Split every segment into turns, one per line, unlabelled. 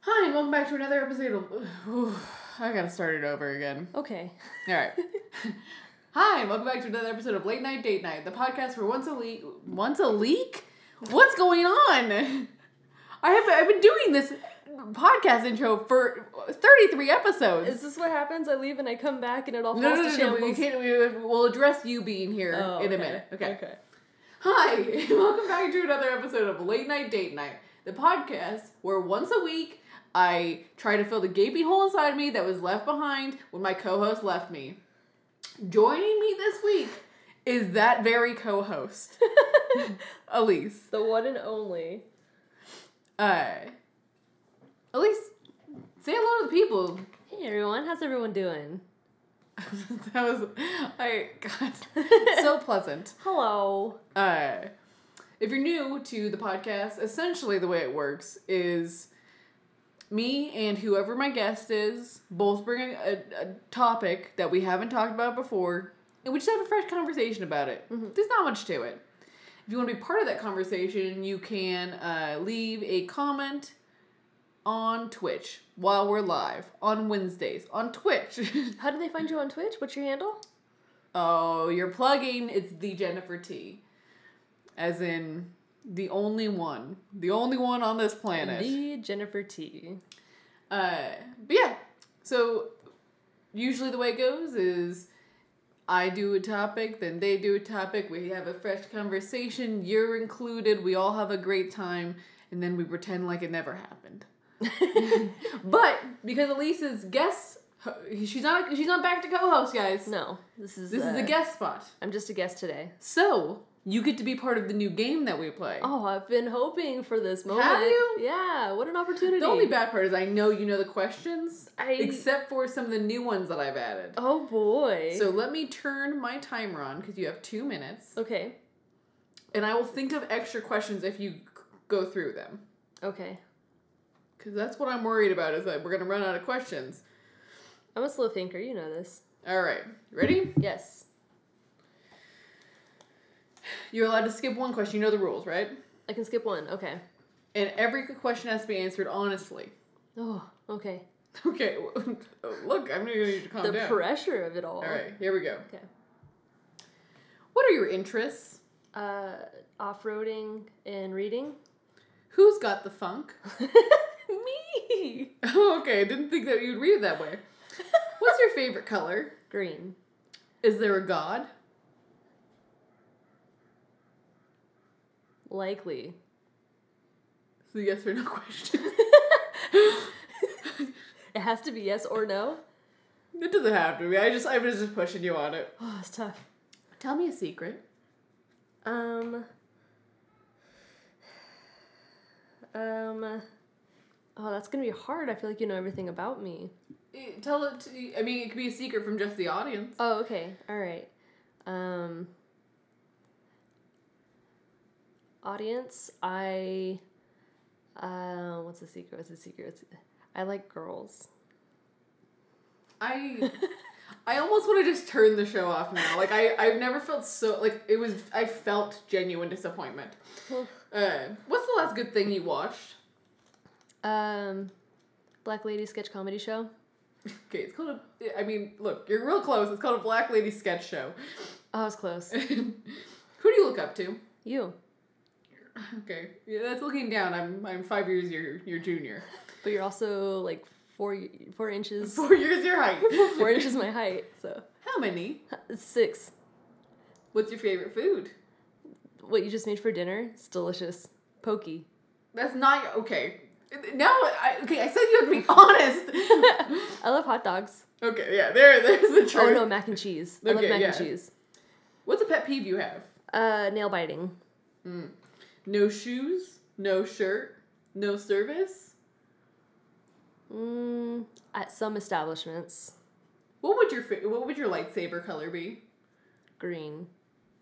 Hi, welcome back to another episode of. I gotta start it over again.
Okay.
All right. Hi, and welcome back to another episode of Late Night Date Night, the podcast where once a leak, once a leak, what's going on? I have I've been doing this podcast intro for thirty three episodes.
Is this what happens? I leave and I come back and it all falls
no, no,
to
no, no, we
shambles.
can't. We, we'll address you being here
Oh,
in a
okay.
minute.
Okay.
Hi, and welcome back to another episode of Late Night Date Night, the podcast where once a week I try to fill the gaping hole inside me that was left behind when my co host left me. Joining me this week is that very co host, Elise.
The one and only.
Uh, Elise, say hello to the people.
Hey everyone, how's everyone doing?
that was, I, God, so pleasant.
Hello.
Uh, if you're new to the podcast, essentially the way it works is me and whoever my guest is both bring a, a topic that we haven't talked about before, and we just have a fresh conversation about it. There's not much to it. If you want to be part of that conversation, you can uh, leave a comment on Twitch while we're live on Wednesdays on Twitch.
How do they find you on Twitch? What's your handle?
Oh, you're plugging. It's the Jennifer T. As in the only one. The only one on this planet.
The Jennifer T.
Uh, but yeah. So usually the way it goes is I do a topic, then they do a topic, we have a fresh conversation, you're included, we all have a great time, and then we pretend like it never happened. But because Elise is guest she's not she's not back to co-host, guys.
no, this is
This is
uh,
a guest spot.
I'm just a guest today.
So you get to be part of the new game that we play.
Oh, I've been hoping for this moment.
you?
Yeah, what an opportunity.
the only bad part is I know you know the questions,
I-
except for some of the new ones that I've added.
Oh boy.
So let me turn my timer on because you have two minutes,
okay.
and I will think of extra questions if you c- go through them.
Okay.
Because that's what I'm worried about is that we're gonna run out of questions.
I'm a slow thinker, you know this.
All right, ready?
Yes.
You're allowed to skip one question. You know the rules, right?
I can skip one. Okay.
And every question has to be answered honestly.
Oh, okay.
Okay, look, I'm gonna need you to calm
the
down.
pressure of it all.
All right, here we go.
Okay.
What are your interests?
Uh, off-roading and reading.
Who's got the funk?
Me.
Oh, okay, I didn't think that you'd read it that way. What's your favorite color?
Green.
Is there a god?
Likely.
It's a yes or no question.
It has to be yes or no.
it doesn't have to be. I just I was just pushing you on it.
Oh, it's tough.
Tell me a secret.
Um. Um. Oh, that's gonna be hard. I feel like you know everything about me.
Eh, Tell it to I mean it could be a secret from just the audience.
Oh, okay. All right. Um. Audience, I. Uh, what's the secret? What's the secret? What's the- I like girls.
I I almost want to just turn the show off now. Like I I've never felt so like it was I felt genuine disappointment. Uh, what's the last good thing you watched?
Um, Black Lady sketch comedy show.
Okay, it's called a I mean, look, you're real close. It's called a Black Lady Sketch Show.
Oh, I was close.
Who do you look up to?
you,
Okay, yeah, that's looking down. I'm I'm five years your your junior.
but you're also like four y- four inches
Four years your height.
four inches my height. So
How many?
six.
What's your favorite food?
What you just made for dinner? It's delicious. Pokey.
That's not okay. Now, I, okay, I said you had to be honest.
I love hot dogs.
okay, yeah, there, there's the
Oh
truth.
no, mac and cheese. I
Okay,
love mac
yeah.
and cheese.
What's a pet peeve you have?
Uh, nail biting.
No shoes, no shirt, no service.
Mm, at some establishments,
What would your fa- what would your lightsaber color be?
green.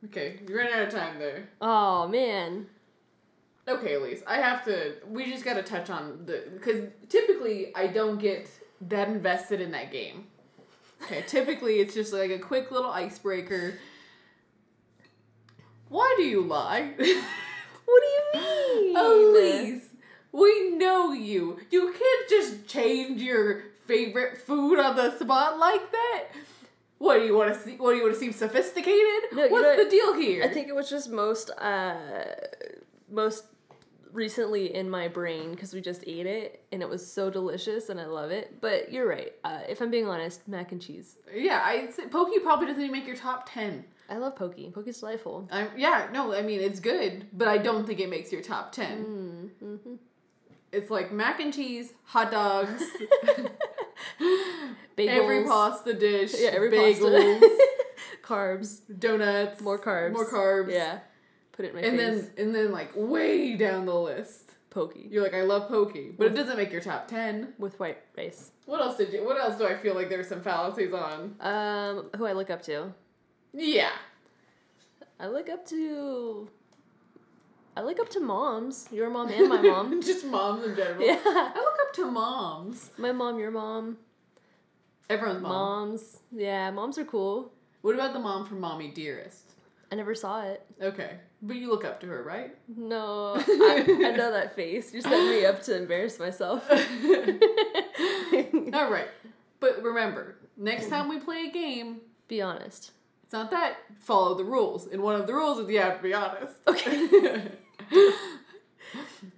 Okay, you ran out of time there.
Oh man.
Okay, Elise, I have to. We just got to touch on the because typically I don't get that invested in that game. Okay, typically it's just like a quick little icebreaker. Why do you lie,
What do you mean?
Elise? We know you. You can't just change your favorite food on the spot like that. What do you want to see? What do you want to seem sophisticated?
No, you
What's
know-
the deal here?
I think it was just most uh most recently in my brain because we just ate it and it was so delicious and I love it. But you're right. Uh, if I'm being honest, mac and cheese.
yeah, I say pokey probably doesn't even make your top ten.
I love pokey. Pokey's delightful.
I'm, yeah, no, I mean it's good, but I don't think it makes your top 10
Mm-hmm.
It's like mac and cheese, hot dogs,
Bagels.
every pasta dish,
Yeah, every
bagels,
pasta. carbs.
donuts,
More carbs.
more carbs.
Yeah. Put it in my
and
face.
then and then like way down the list,
pokey
you're like, I love pokey, but it
Mm.
doesn't make your top ten.
with white rice.
What else did you? What else do I feel like there's some fallacies on?
Um, who I look up to?
Yeah,
I look up to. I look up to moms. Your mom and my mom.
just moms in general.
yeah.
I look up to moms.
My mom, your mom,
Everyone's mom.
moms. Yeah, moms are cool.
What about the mom from Mommy Dearest?
I never saw it.
Okay, but you look up to her, right?
No, I, I know that face. You set me up to embarrass myself.
All right. But remember, next time we play a game,
Be honest.
it's not that. Follow the rules. And one of the rules is you have to be honest.
Okay.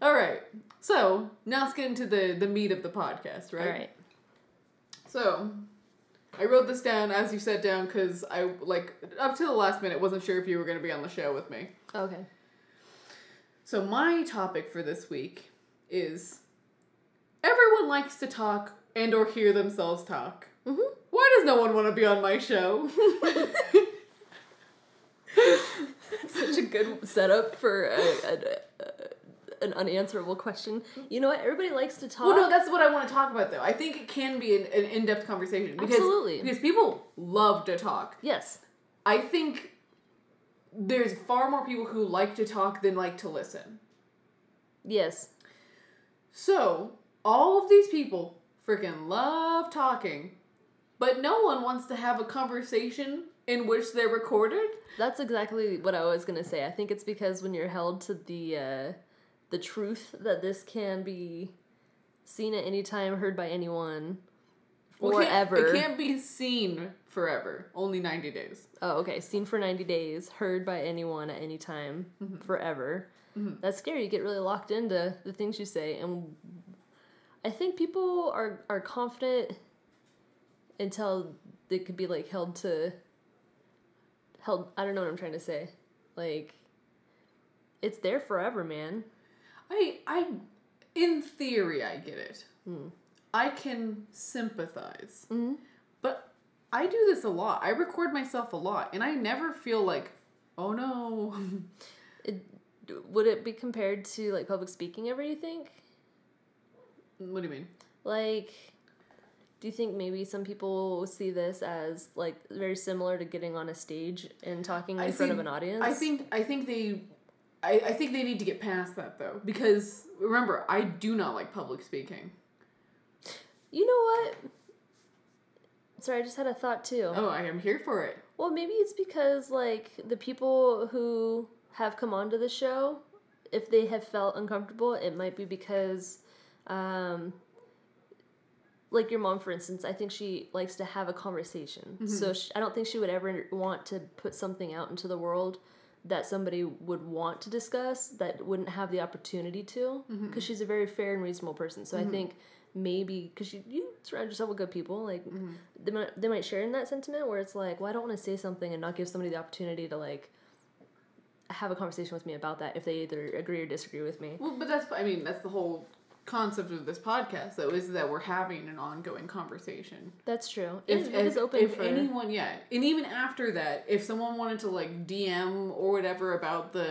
All right. So now let's get into the, the meat of the podcast,
All
right?
right.
So I wrote this down as you sat down because I, like, up to the last minute, wasn't sure if you were going to be on the show with me.
Okay.
So my topic for this week is everyone likes to talk and or hear themselves talk.
Mhm.
Why does no one want to be on my show?
Such a good setup for a, a, a, an unanswerable question. You know what? Everybody likes to talk.
well, no, that's what I want to talk about though. I think it can be an, an in-depth conversation because
Absolutely.
because people love to talk.
yes.
I think there's far more people who like to talk than like to listen.
Yes.
So, all of these people freaking love talking, but no one wants to have a conversation in which they're recorded.
That's exactly what I was gonna say. I think it's because when you're held to the uh, the truth that this can be seen at any time, heard by anyone,
Well, it can't- It
forever.
can't be seen forever. Only 90 days.
Oh, okay. Seen for ninety days, heard by anyone at any time, forever. That's scary. You get really locked into the things you say, and I think people are are confident until they could be like held to held. I don't know what I'm trying to say. Like, it's there forever, man.
I I in theory I get it. I can sympathize. But I do this a lot. I record myself a lot and I never feel like, "Oh no."
It, would it be compared to like public speaking ever? You think?
what do you mean?
Like, do you think maybe some people see this as like very similar to getting on a stage and talking in
I
front of
think-
an audience?
I think I think they I, I think they need to get past that though because remember, I do not like public speaking.
you know what. Sorry, I just had a thought too.
Oh, I am here for it.
Well, maybe it's because like the people who have come onto the show, if they have felt uncomfortable, it might be because, um, like your mom, for instance. I think she likes to have a conversation,
Mm-hmm.
so sh I don't think she would ever want to put something out into the world that somebody would want to discuss that wouldn't have the opportunity to because
Mm-hmm.
she's a very fair and reasonable person so i think maybe because you, you surround yourself with good people like
Mm-hmm.
they, might, they might share in that sentiment where it's like well i don't want to say something and not give somebody the opportunity to like have a conversation with me about that if they either agree or disagree with me
Well, but that's I mean that's the whole concept of this podcast though is that we're having an ongoing conversation.
that's true
If,
it
if-
is open
if
for
anyone, yeah, and even after that, if someone wanted to like DM or whatever about the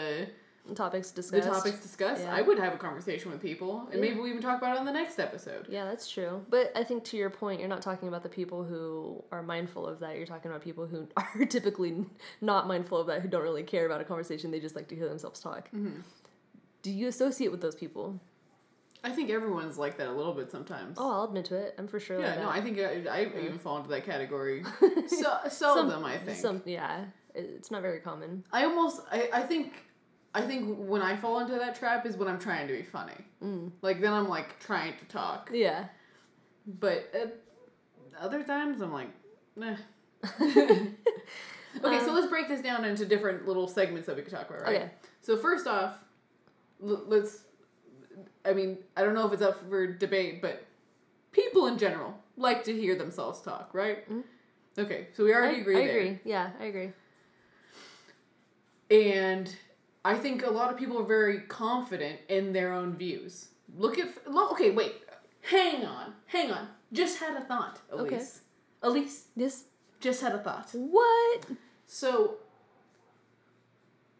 topics
the
discussed
topics discussed,
Yeah.
I would have a conversation with people, and
Yeah.
maybe we even talk about it on the next episode.
Yeah, that's true. But I think to your point, you're not talking about the people who are mindful of that. You're talking about people who are typically n- not mindful of that, who don't really care about a conversation. They just like to hear themselves talk.
Mm-hmm.
Do you associate with those people?
I think everyone's like that a little bit sometimes.
Oh, I'll admit to it. I'm for sure.
yeah,
like
no,
that.
I think I, I even fall into that category. so seldom, I think.
Some, yeah, it- it's not very common.
I almost I, I think I think when I fall into that trap is when I'm trying to be funny.
Mm.
Like then I'm like trying to talk,
Yeah.
but uh, other times I'm like, eh. Okay, so let's break this down into different little segments that we could talk about, right?
Okay.
So first off, l- let's. I mean, I don't know if it's up for debate, but people in general like to hear themselves talk, right? Okay, so we already agree.
Mm-hmm. I
there.
agree. Yeah, I agree.
and I think a lot of people are very confident in their own views. Look at lo- okay, wait, hang on, hang on. Just had a thought,
Okay.
Elise. Elise
This
just had a thought.
what?
So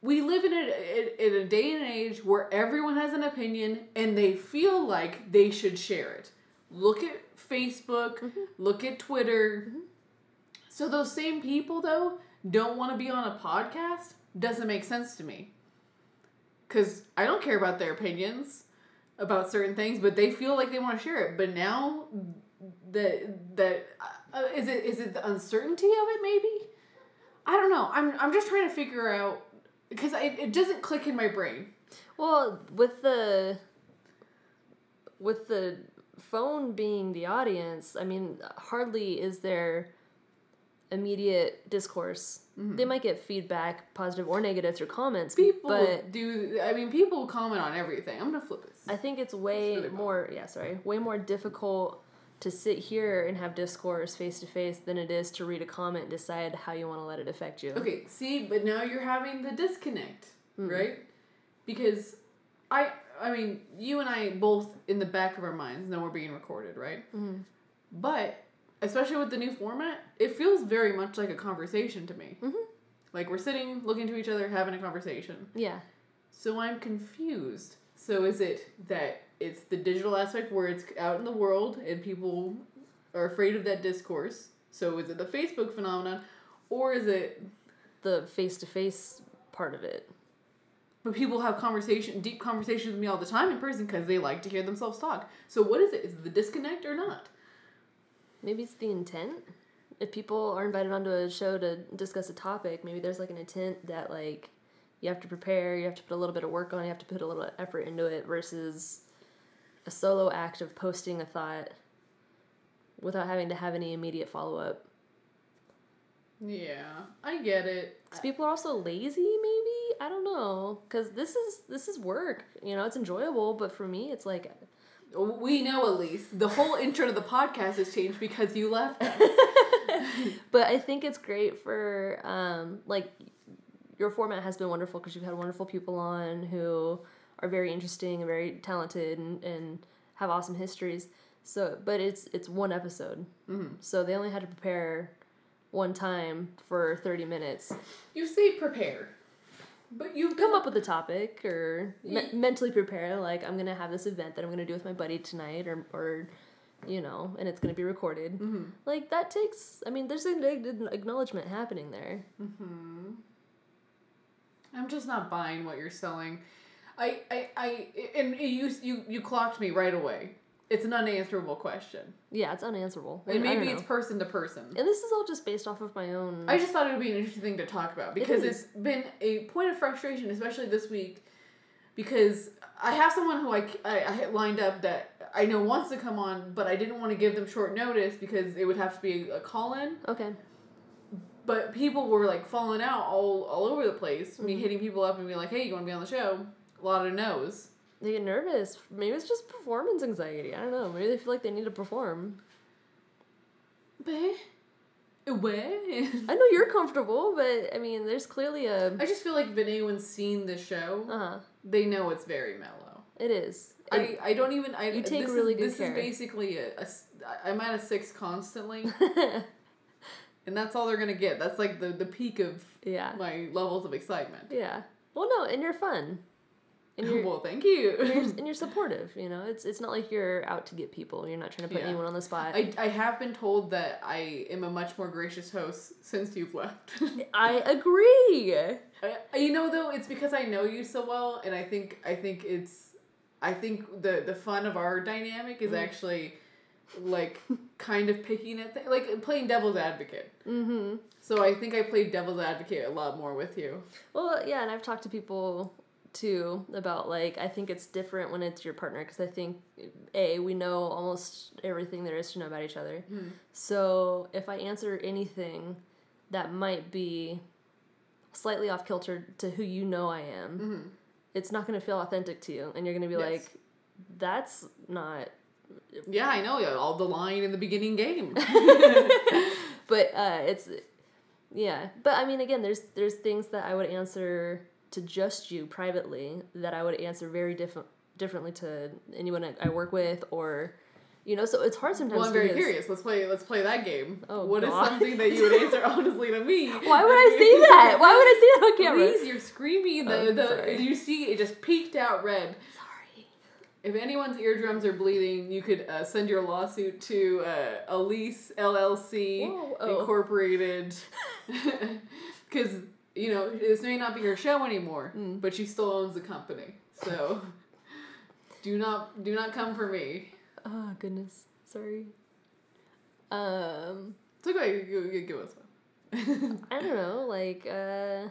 we live in a in a day and age where everyone has an opinion and they feel like they should share it. Look at Facebook, look at Twitter. So those same people though don't want to be on a podcast doesn't make sense to me. Cuz I don't care about their opinions about certain things, but they feel like they want to share it. But now the the uh, is it is it the uncertainty of it maybe? I don't know. I'm I'm just trying to figure out because it, it doesn't click in my brain.
Well, with the with the phone being the audience, I mean, hardly is there immediate discourse. They might get feedback, positive or negative, through comments,
Mm-hmm. People
but
do. I mean, people comment on everything. I'm gonna flip this.
I think it's way
really bad.
more yeah, sorry, way more difficult to sit here and have discourse face to face than it is to read a comment and decide how you want to let it affect you.
Okay, see, but now you're having the disconnect,
Mm-hmm.
right? Because I I mean, you and I both in the back of our minds know we're being recorded, right?
Mm-hmm.
But especially with the new format, it feels very much like a conversation to me.
Mm-hmm.
Like we're sitting, looking to each other, having a conversation.
Yeah.
So I'm confused. So is it that it's the digital aspect where it's out in the world and people are afraid of that discourse? So is it the Facebook phenomenon, or is it
The face to face part of it.
but people have conversation, deep conversations with me all the time in person because they like to hear themselves talk? So what is it? Is it the disconnect or not?
Maybe it's the intent. If people are invited onto a show to discuss a topic, maybe there's like an intent that like you have to prepare, you have to put a little bit of work on, you have to put a little effort into it versus a solo act of posting a thought without having to have any immediate follow up.
Yeah, I get it.
Because people are also lazy, maybe I don't know. Because this is this is work. You know, it's enjoyable, but for me, it's like
We know, Elise. The whole intro to the podcast has changed because you left. us.
but I think it's great for um, like your format has been wonderful because you've had wonderful people on who are very interesting and very talented and, and have awesome histories. So, but it's it's one episode, mm-hmm. so they only had to prepare one time for thirty minutes.
You say prepare, but you've
Come up with a topic or me- mentally prepare. Like I'm gonna have this event that I'm gonna do with my buddy tonight, or or you know, and it's gonna be recorded. Like that takes. I mean, there's an acknow- acknowledgement happening there.
I'm just not buying what you're selling. I, I, I and you, you, you clocked me right away. It's an unanswerable question,
Yeah, it's unanswerable.
and
I don't
maybe
know.
it's person to person.
and this is all just based off of my own.
I just thought it would be an interesting thing to talk about because it's
is.
been a point of frustration, especially this week, because I have someone who I, I, I had lined up that I know wants to come on, but I didn't want to give them short notice because it would have to be a call in.
okay.
but people were like falling out all all over the place. Me
Mm-hmm.
hitting people up and being like, "Hey, you want to be on the show?" A lot of no's.
They get nervous. Maybe it's just performance anxiety. I don't know. Maybe they feel like they need to perform.
But where?
I know you're comfortable, but I mean, there's clearly a.
I just feel like if anyone's seen the show,
Uh huh.
they know it's very mellow.
It is. And-
I, I don't even I
You take
this
really
is,
good
this
care.
is basically a, a s- I- I'm at a six constantly, and that's all they're gonna get. That's like the the peak of
yeah.
my levels of excitement.
Yeah. Well, no, and you're fun. And you're,
well, thank you.
you're and you're supportive. You know, it's it's not like you're out to get people. You're not trying to put
Yeah.
anyone on the spot. I,
I, I have been told that I am a much more gracious host since you've left.
agree.
I- you know though it's because i know you so well and i think i think it's i think the the fun of our dynamic
Mm-hmm.
is actually like kind of picking at th- like playing devil's advocate
Mm-hmm.
so i think i played devil's advocate a lot more with you
Well, yeah, and I've talked to people too about like I think it's different when it's your partner because I think a we know almost everything there is to know about each other. So if I answer anything that might be slightly off kilter to who you know I am, it's not going to feel authentic to you, and you're going to be
Hmm. Yes.
like, "That's not
Yeah, I know. Yeah, all the line in the beginning game.
but uh, it's yeah but i mean again there's there's things that i would answer to just you privately that i would answer very different differently to anyone I, I work with or you know so it's hard sometimes
well, I'm very
because-
curious. Let's play. Let's play that game.
Oh,
What is
God.
something that you would answer honestly to me?
why would i say that why would i say that on camera
Please, you're screaming. The,
Oh,
the
sorry.
you see it just peeked out red.
sorry
If anyone's eardrums are bleeding, you could uh, send your lawsuit to uh, Elise LLC
Whoa, oh.
Incorporated, because you know this may not be her show anymore,
Hmm.
but she still owns the company. So do not do not come for me.
oh goodness sorry um
It's okay. You, you, you give us one.
i don't know like uh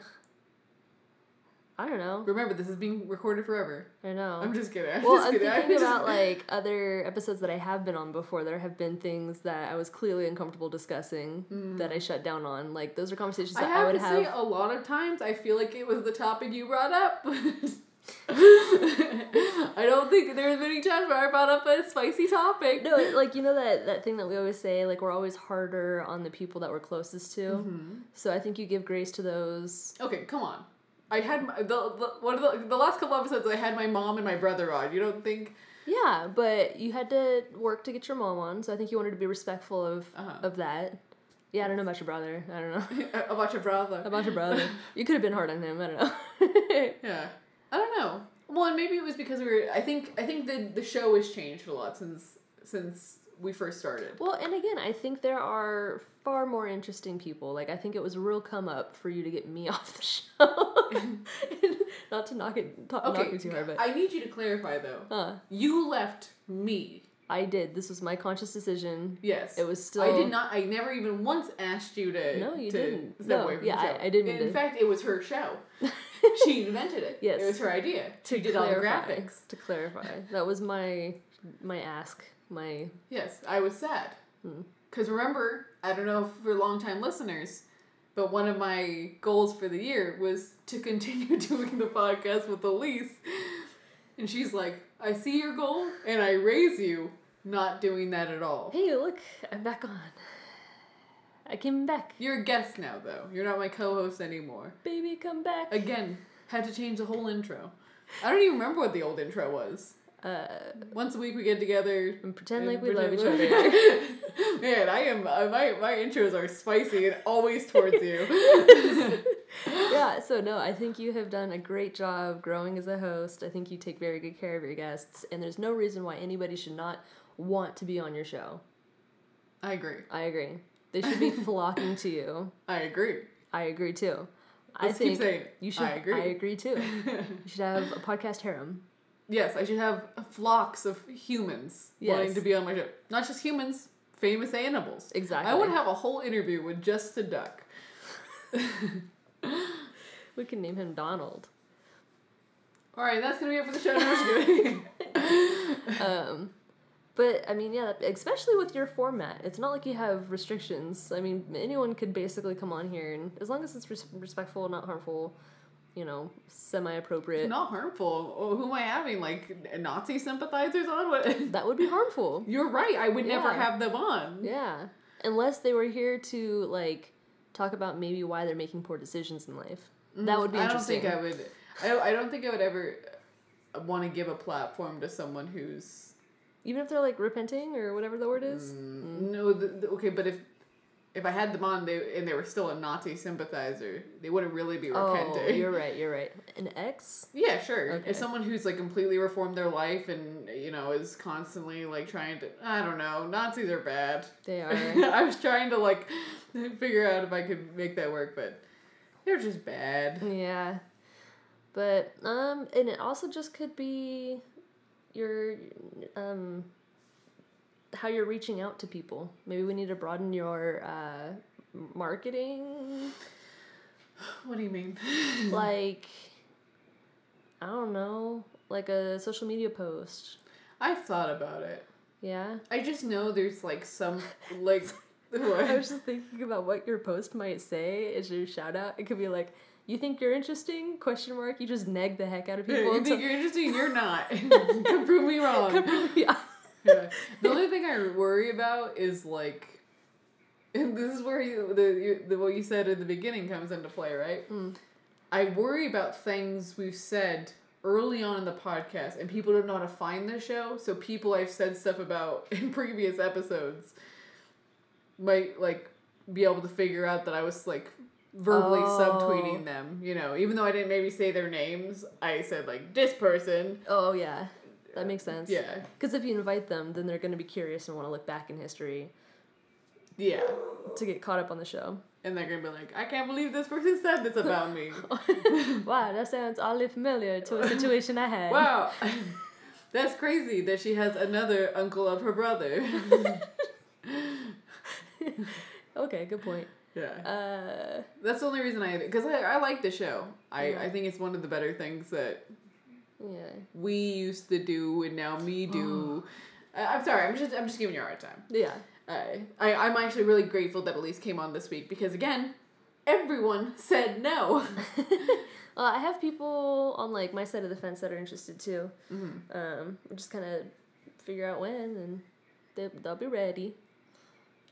i don't know
Remember, this is being recorded forever.
i don't know
I'm just kidding. I'm
Well,
just
I'm
kidding.
thinking
just-
about like other episodes that I have been on before. There have been things that I was clearly uncomfortable discussing that I shut down on. Like those are conversations
Mm. I
that
have
I, would
to say,
have.
a lot of times I feel like it was the topic you brought up. I don't think there are many times where I brought up a spicy topic.
No, it- like you know that that thing that we always say, like we're always harder on the people that we're closest to.
Mm-hmm.
So I think you give grace to those.
Okay, come on. I had my, the, the one of the, the last couple episodes. I had my mom and my brother on. You don't think?
Yeah, but you had to work to get your mom on, so I think you wanted to be respectful of
Uh-huh.
of that. Yeah, I don't know about your brother. I don't know
about your brother.
about your brother. You could have been hard on him. I don't know.
Yeah. I don't know. Well, and maybe it was because we were. I think. I think the the show has changed a lot since since we first started.
Well, and again, I think there are far more interesting people. Like, I think it was a real come up for you to get me off the show. Not to knock it, talk, knock
Okay.
you too hard, but
I need you to clarify though.
huh,
You left me.
I did. This was my conscious decision.
Yes.
It was still.
I did not. I never even once asked you to.
No, you
to
didn't.
Step
No,
away from
yeah,
the show.
I- I
In
didn't either.
fact, it was her show. she invented it.
Yes.
It was her idea. She did all the
Clarify,
graphics.
To clarify, that was my my ask. My
Yes, I was sad.
Hmm.
Because remember, I don't know if for longtime listeners, but one of my goals for the year was to continue doing the podcast with Elise. And she's like, I see your goal and I raise you not doing that at all.
hey, look, I'm back on. I came back,
You're a guest now, though. You're not my co host anymore.
baby, come back.
Again, had to change the whole intro. I don't even remember what the old intro was.
Uh,
Once a week we get together.
and pretend like
and
we love each
pretend-
other.
Man, I am uh, my my intros are spicy and always towards you.
yeah, so no, I think you have done a great job growing as a host. I think you take very good care of your guests, and there's no reason why anybody should not want to be on your show.
I agree.
I agree. They should be flocking to you.
I agree.
I agree too. I
Let's keep
think
saying it.
you should.
I agree.
I agree too. You should have a podcast harem.
Yes, I should have flocks of humans wanting
Yes.
to be on my show. Not just humans, famous animals.
Exactly.
I would have a whole interview with just a duck.
We can name him Donald.
All right, that's gonna be it for the show. No, I'm just kidding.
Um, but I mean, yeah, especially with your format, it's not like you have restrictions. I mean, anyone could basically come on here, and as long as it's res- respectful, not harmful, you know, semi-appropriate,
Not harmful. Oh, who am I having like Nazi sympathizers on? What?
that would be harmful.
You're right. I would never
Yeah.
have them on.
Yeah, unless they were here to like talk about maybe why they're making poor decisions in life. That would be
Mm, I don't
interesting.
think I would. I don't, I don't think I would ever want to give a platform to someone who's
Even if they're like repenting or whatever the word is.
Mm, no. The, the- okay, but if if I had them on, they and they were still a Nazi sympathizer, they wouldn't really be
Oh,
repenting.
you're right. You're right. An ex.
yeah, sure.
Okay.
If someone who's like completely reformed their life and you know is constantly like trying to, I don't know, Nazis are bad.
They are.
I was trying to like figure out if I could make that work, but they're just bad.
Yeah. But um and it also just could be your um how you're reaching out to people. Maybe we need to broaden your uh marketing
What do you mean?
like I don't know, like a social media post.
I've thought about it.
Yeah.
I just know there's like some like
I was just thinking about what your post might say as your shout out. It could be like, "You think you're interesting?" Question mark. You just nag the heck out of people.
you think
until-
you're interesting? You're not. Don't prove me wrong.
Yeah.
Yeah. The only thing I worry about is like, and this is where you, the, you, the what you said at the beginning comes into play, right?
Mm.
I worry about things we've said early on in the podcast, and people don't know how to find the show. So people I've said stuff about in previous episodes might like be able to figure out that I was like verbally
Oh.
subtweeting them. You know, even though I didn't maybe say their names, I said like this person.
Oh yeah, that makes sense.
Yeah,
Because if you invite them, then they're going to be curious and want to look back in history
yeah.
to get caught up on the show.
And they're gonna be like, I can't believe this person said this about me.
wow, that sounds oddly familiar to a situation I had.
wow. That's crazy that she has another uncle of her brother.
Okay, good point.
yeah.
Uh,
That's the only reason I because I, I like the show. I,
Yeah.
I think it's one of the better things that
yeah.
we used to do and now me do.
Oh.
I, I'm sorry, I'm just I'm just giving you a hard time.
Yeah.
I, I I'm actually really grateful that Elise came on this week because again, everyone said no.
Well, Uh, I have people on like my side of the fence that are interested too. Um, we just kind of figure out when, and they, they'll be ready.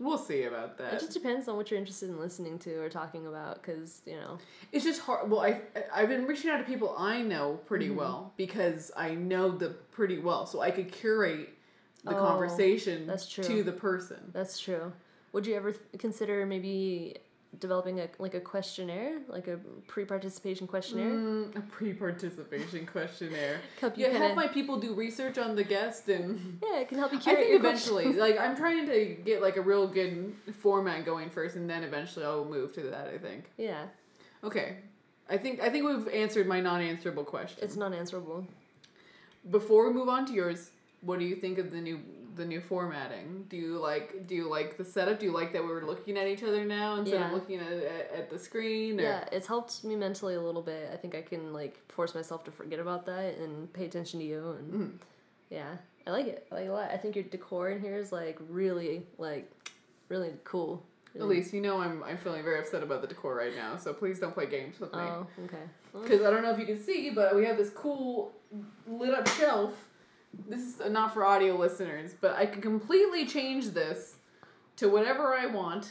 we'll see about that.
It just depends on what you're interested in listening to or talking about, because you know.
It's just hard. Well, I I've been reaching out to people I know pretty
Mm-hmm.
well because I know them pretty well, so I could curate the
Oh,
conversation
that's true.
to the person.
That's true. Would you ever th- consider maybe developing a like a questionnaire, like a pre-participation questionnaire?
Mm, a pre-participation questionnaire.
Help you
Yeah,
kinda-
have my people do research on the guest, and
yeah, it can help you
I
curate
think
your question-
eventually, like I'm trying to get like a real good format going first, and then eventually I'll move to that. I think.
Yeah,
Okay, I think I think we've answered my non-answerable question.
it's non-answerable.
before we move on to yours what do you think of the new the new formatting do you like do you like the setup do you like that we were looking at each other now instead of
Yeah.
looking at, at, at the screen or
Yeah, it's helped me mentally a little bit. I think I can like force myself to forget about that and pay attention to you and
mm-hmm.
yeah. I like it. I like it a lot. I think your decor in here is like really like really cool.
at
Really-
least you know i'm i'm feeling very upset about the decor right now so please don't play games with me
Oh, okay. Well,
because i don't know if you can see but we have this cool lit up shelf this is not for audio listeners but i can completely change this to whatever i want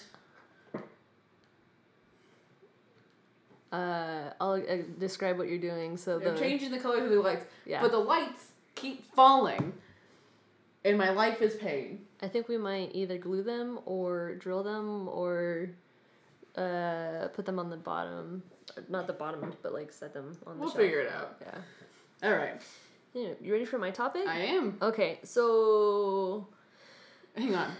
Uh, I'll uh, describe what you're doing. So the
i'm changing the colors of the lights
yeah,
but the lights keep falling and my life is pain
I think we might either glue them or drill them or uh, put them on the bottom. Not the bottom, but like set them on the
We'll
shelf.
figure it out.
Yeah.
All right.
Anyway, you ready for my topic?
I am.
Okay, so
Hang on.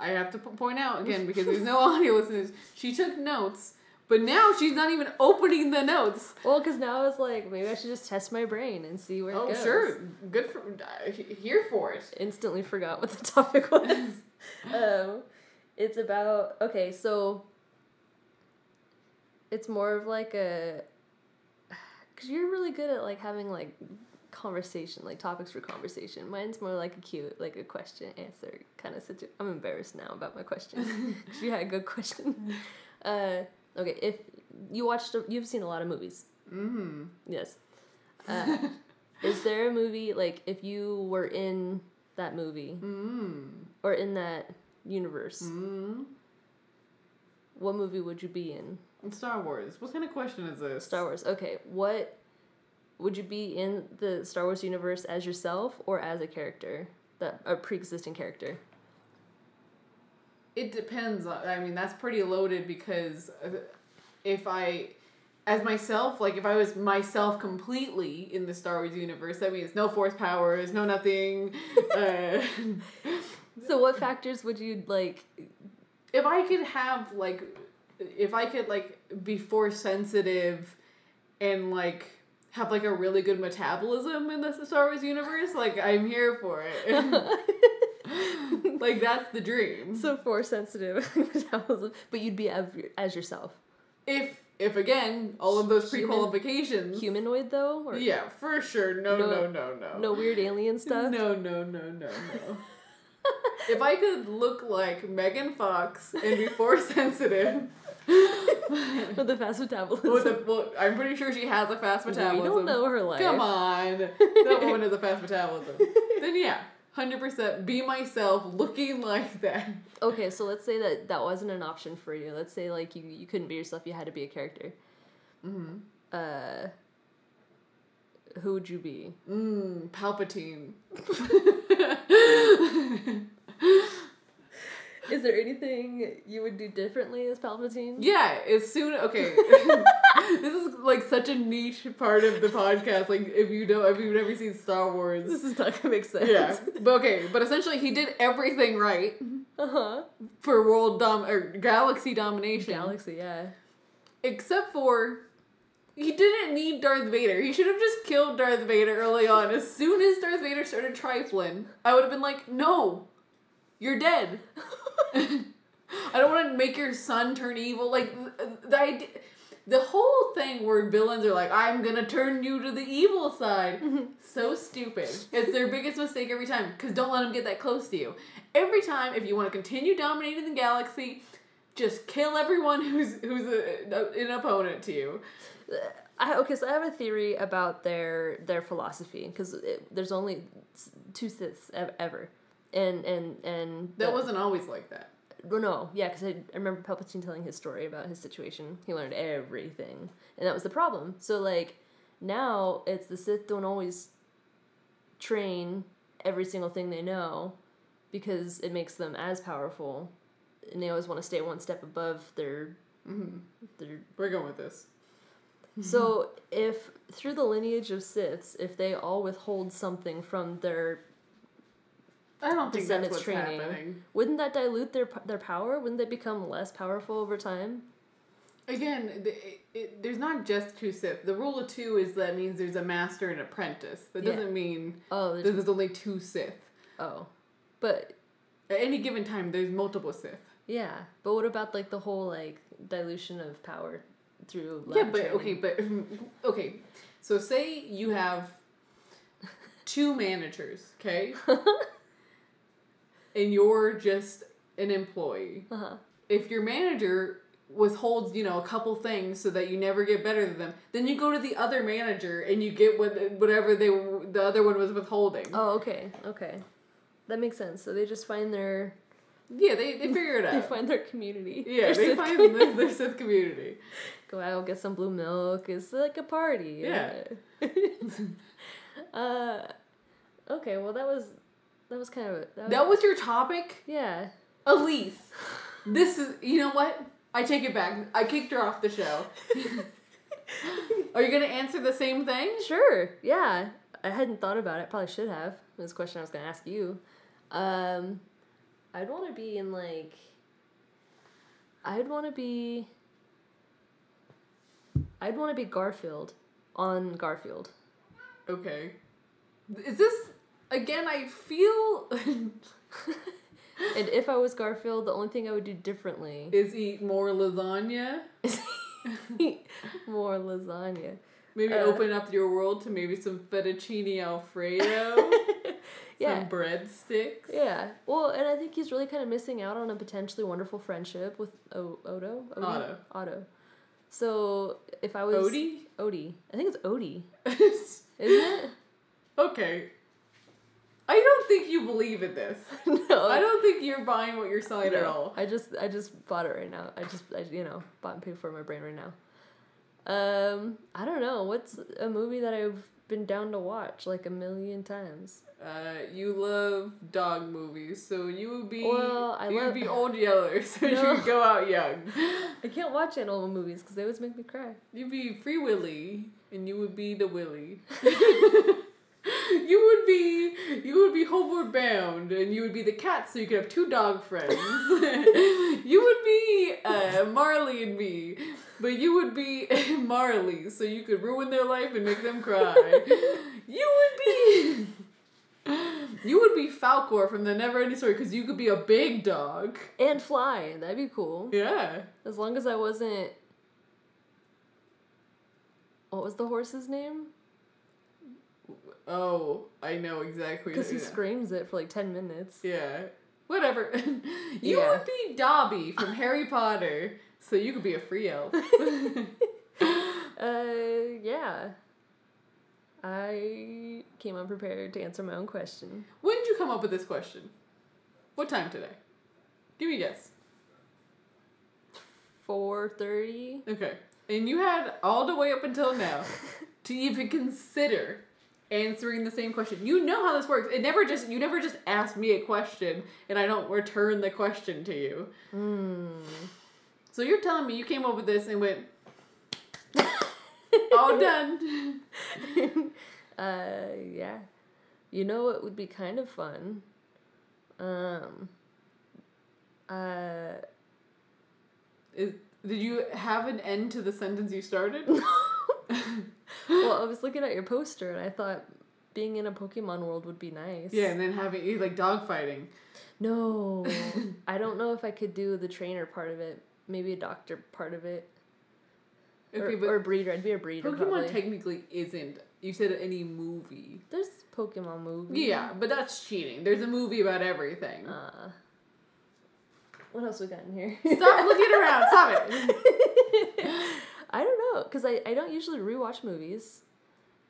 I have to p- point out again because there's no audio listeners. She took notes, but now she's not even opening the notes.
well, because now I was like, maybe I should just test my brain and see where it
Oh,
goes.
sure. Good for uh, he- here for it.
Instantly forgot what the topic was. um, it's about okay, so it's more of like a because you're really good at like having like conversation, like topics for conversation. Mine's more like a cute, like a question answer kind of situation. I'm embarrassed now about my question. 'Cause you had a good question. Uh, okay, if you watched, you've seen a lot of movies.
Mm.
Yes. Uh, is there a movie like if you were in that movie
Mm.
or in that universe,
Mm.
what movie would you be in?
Star Wars. What kind of question is this?
Star Wars. Okay, what would you be in the Star Wars universe as yourself or as a character that a pre-existing character?
It depends. on- I mean, that's pretty loaded because uh, if I, as myself, like if I was myself completely in the Star Wars universe, that means no force powers, no nothing. uh,
So what factors would you like?
if I could have like, if I could like be force sensitive, and like have like a really good metabolism in the Star Wars universe, like I'm here for it. like that's the dream.
so force sensitive metabolism, but you'd be av- as yourself.
if if again all of those pre
Human-
qualifications,
Humanoid though, or
yeah, for sure. No, no,
No-
no, no,
no weird alien stuff.
No, no, no, no, no. if I could look like Megan Fox and be force sensitive,
with the fast metabolism.
with a, well, I'm pretty sure she has a fast metabolism.
We don't know her life.
Come on, that woman has a fast metabolism. then yeah, hundred percent. Be myself, looking like that.
Okay, so let's say that that wasn't an option for you. Let's say like you you couldn't be yourself. You had to be a character.
Mm-hmm.
Uh, who would you be?
Mm, Palpatine.
Is there anything you would do differently as Palpatine?
yeah, as soon okay. this is like such a niche part of the podcast. Like if you don't if you've never seen Star Wars.
This is not gonna make sense.
Yeah. But okay, but essentially he did everything right
Uh huh.
for world dom or galaxy domination.
Galaxy. Yeah.
except for he didn't need Darth Vader. He should have just killed Darth Vader early on. As soon as Darth Vader started trifling, I would have been like, "No, you're dead. I don't want to make your son turn evil." Like th- the idea, the whole thing where villains are like, "I'm gonna turn you to the evil side." So stupid. It's their biggest mistake every time. Cause don't let them get that close to you. Every time, if you want to continue dominating the galaxy, just kill everyone who's who's a, an opponent to you.
I, okay, so I have a theory about their their philosophy because there's only s- two Siths ev- ever, and and and
That
the-
wasn't always like that.
Well, no, yeah, because I, I remember Palpatine telling his story about his situation. He learned everything, and that was the problem. So like, now it's the Sith don't always train every single thing they know, because it makes them as powerful, and they always want to stay one step above their their
We're going with this.
so if through the lineage of Siths, if they all withhold something from their,
I don't think that's
Descendants
what's
training.
happening.
wouldn't that dilute their their power? Wouldn't they become less powerful over time?
Again, the, it, it, there's not just two Sith. The rule of two is that means there's a master and apprentice. That
Yeah.
doesn't mean
Oh,
that
there's,
there's only two Sith.
oh, but
At any given time, there's multiple Sith.
yeah. But what about like the whole like dilution of power through?
yeah,
lab
but
training?
okay, but okay. So say you have two managers, okay, and you're just an employee.
Uh-huh.
if your manager withholds, you know, a couple things so that you never get better than them, then you go to the other manager and you get what whatever they were- the other one was withholding.
Oh, okay, okay, that makes sense. So they just find their
Yeah, they, they figure it
they
out.
find their community.
yeah,
Their
they
Sith
find
community.
the, their Sith community.
go out get some blue milk it's like a party
Yeah.
uh okay well that was that was kind of a, that was,
That was your topic,
yeah
Elise. This is you know what? I take it back. I kicked her off the show. Are you gonna answer the same thing?
sure yeah i hadn't thought about it probably should have it was a question i was gonna ask you um i'd want to be in like i'd want to be i'd want to be garfield on garfield
Okay. Is this again? I feel
and if i was garfield the only thing i would do differently
is eat more lasagna.
more lasagna.
Maybe
Uh,
open up your world to maybe some fettuccine alfredo,
Yeah.
some breadsticks.
yeah. Well, and I think he's really kind of missing out on a potentially wonderful friendship with o- Odo. Odie?
Otto.
Otto. So if I was
Odie?
Odie, I think it's Odie, isn't
okay. I don't think you believe in this.
it? no,
I don't think you're buying what you're selling at
Uh, no.
all.
I just I just bought it right now. I just I, you know bought and paid for it in my brain right now. Um, I don't know what's a movie that I've been down to watch like a million times.
Uh, you love dog movies, so you would be
Well, I
you would
love-
be old yeller, so
No.
you'd go out young.
I can't watch animal movies because they always make me cry.
You'd be free Willy, and you would be the Willy. you would be you would be homeward bound, and you would be the cat, so you could have two dog friends. you would be uh, Marley and me, but you would be Marley, so you could ruin their life and make them cry. you would be. You would be Falcor from the Never Ending Story because you could be a big dog.
And fly, that'd be cool.
Yeah.
As long as I wasn't What was the horse's name?
Oh, I know exactly.
Because he
yeah.
screams it for like 10 minutes.
Yeah. Whatever. you
Yeah.
would be Dobby from Harry Potter, so you could be a free elf.
Uh, yeah. I came unprepared to answer my own question.
when did you come up with this question? What time today? Give me a guess.
4.30?
Okay. And you had all the way up until now to even consider answering the same question. You know how this works. It never just you never just ask me a question and I don't return the question to you. So you're telling me you came up with this and went all done.
uh, yeah. You know what would be kind of fun? Um, uh,
Is, did you have an end to the sentence you started?
well, I was looking at your poster and I thought being in a Pokemon world would be nice.
yeah, and then having you like dogfighting.
No, I don't know if I could do the trainer part of it. Maybe a doctor part of it, or,
Okay, but
or a breeder. I'd be a breeder.
Pokemon
probably.
technically isn't. You said any movie.
There's Pokemon movie.
Yeah, but that's cheating. There's a movie about everything.
Uh, what else we got in here?
Stop looking around. Stop it.
I don't know, cause I, I don't usually rewatch movies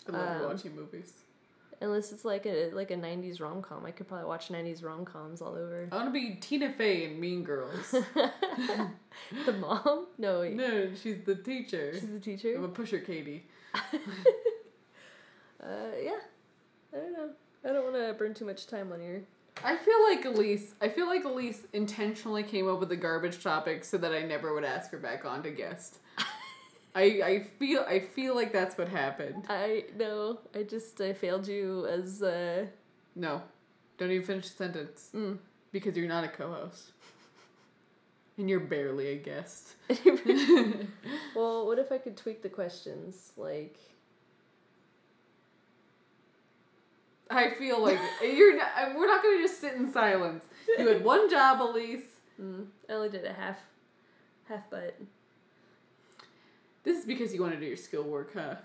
I love
Um,
watching movies.
unless it's like a like a '90s rom com. I could probably watch '90s rom coms all over.
I want to be Tina Fey in Mean Girls.
the mom? No, wait.
no, she's the teacher.
she's the
I'm
teacher.
a pusher, Katie.
Uh, yeah, I don't know. I don't want to burn too much time on your.
I feel like Elise. I feel like Elise intentionally came up with the garbage topic so that I never would ask her back on to guest. I I feel I feel like that's what happened.
I no, I just I failed you as uh
No, don't even finish the sentence
mm.
because you're not a co-host, and you're barely a guest.
well, what if I could tweak the questions like
I feel like you're. Not, we're not gonna just sit in silence. You had one job, Elise.
mm, I only did a half half butt.
This is because you want to do your skill work, huh?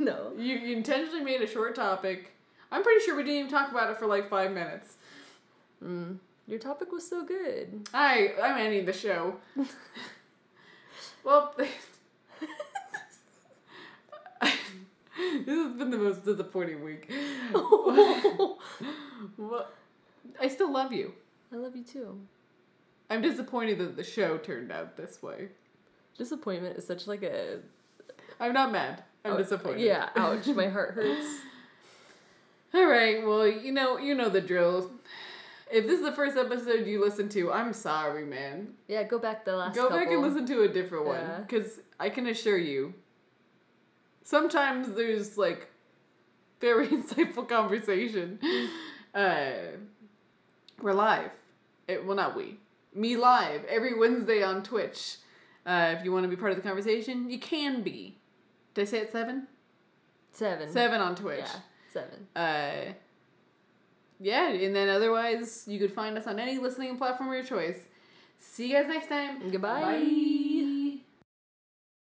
no.
You, you intentionally made a short topic. I'm pretty sure we didn't even talk about it for like five minutes.
Mm. Your topic was so good.
I I'm ending the show. well, this has been the most disappointing week. Well, I still love you.
I love you too.
I'm disappointed that the show turned out this way.
Disappointment is such like a
I'm not mad. I'm
ouch-
disappointed.
Oh, Yeah, ouch, my heart hurts.
All right. Well, you know, you know the drill. If this is the first episode you listen to, I'm sorry, man.
Yeah, go back the last
Go back and
couple.
listen to a different
Yeah.
one because I can assure you. Sometimes there's like very insightful conversation. Uh, we're live. It, well, not we. Me live every Wednesday on Twitch. Uh, if you want to be part of the conversation, you can be. Did I say it seven?
Seven.
Seven on Twitch.
Yeah, seven.
Uh, yeah, and then otherwise, you could find us on any listening platform of your choice. See you guys next time.
Goodbye.
Bye.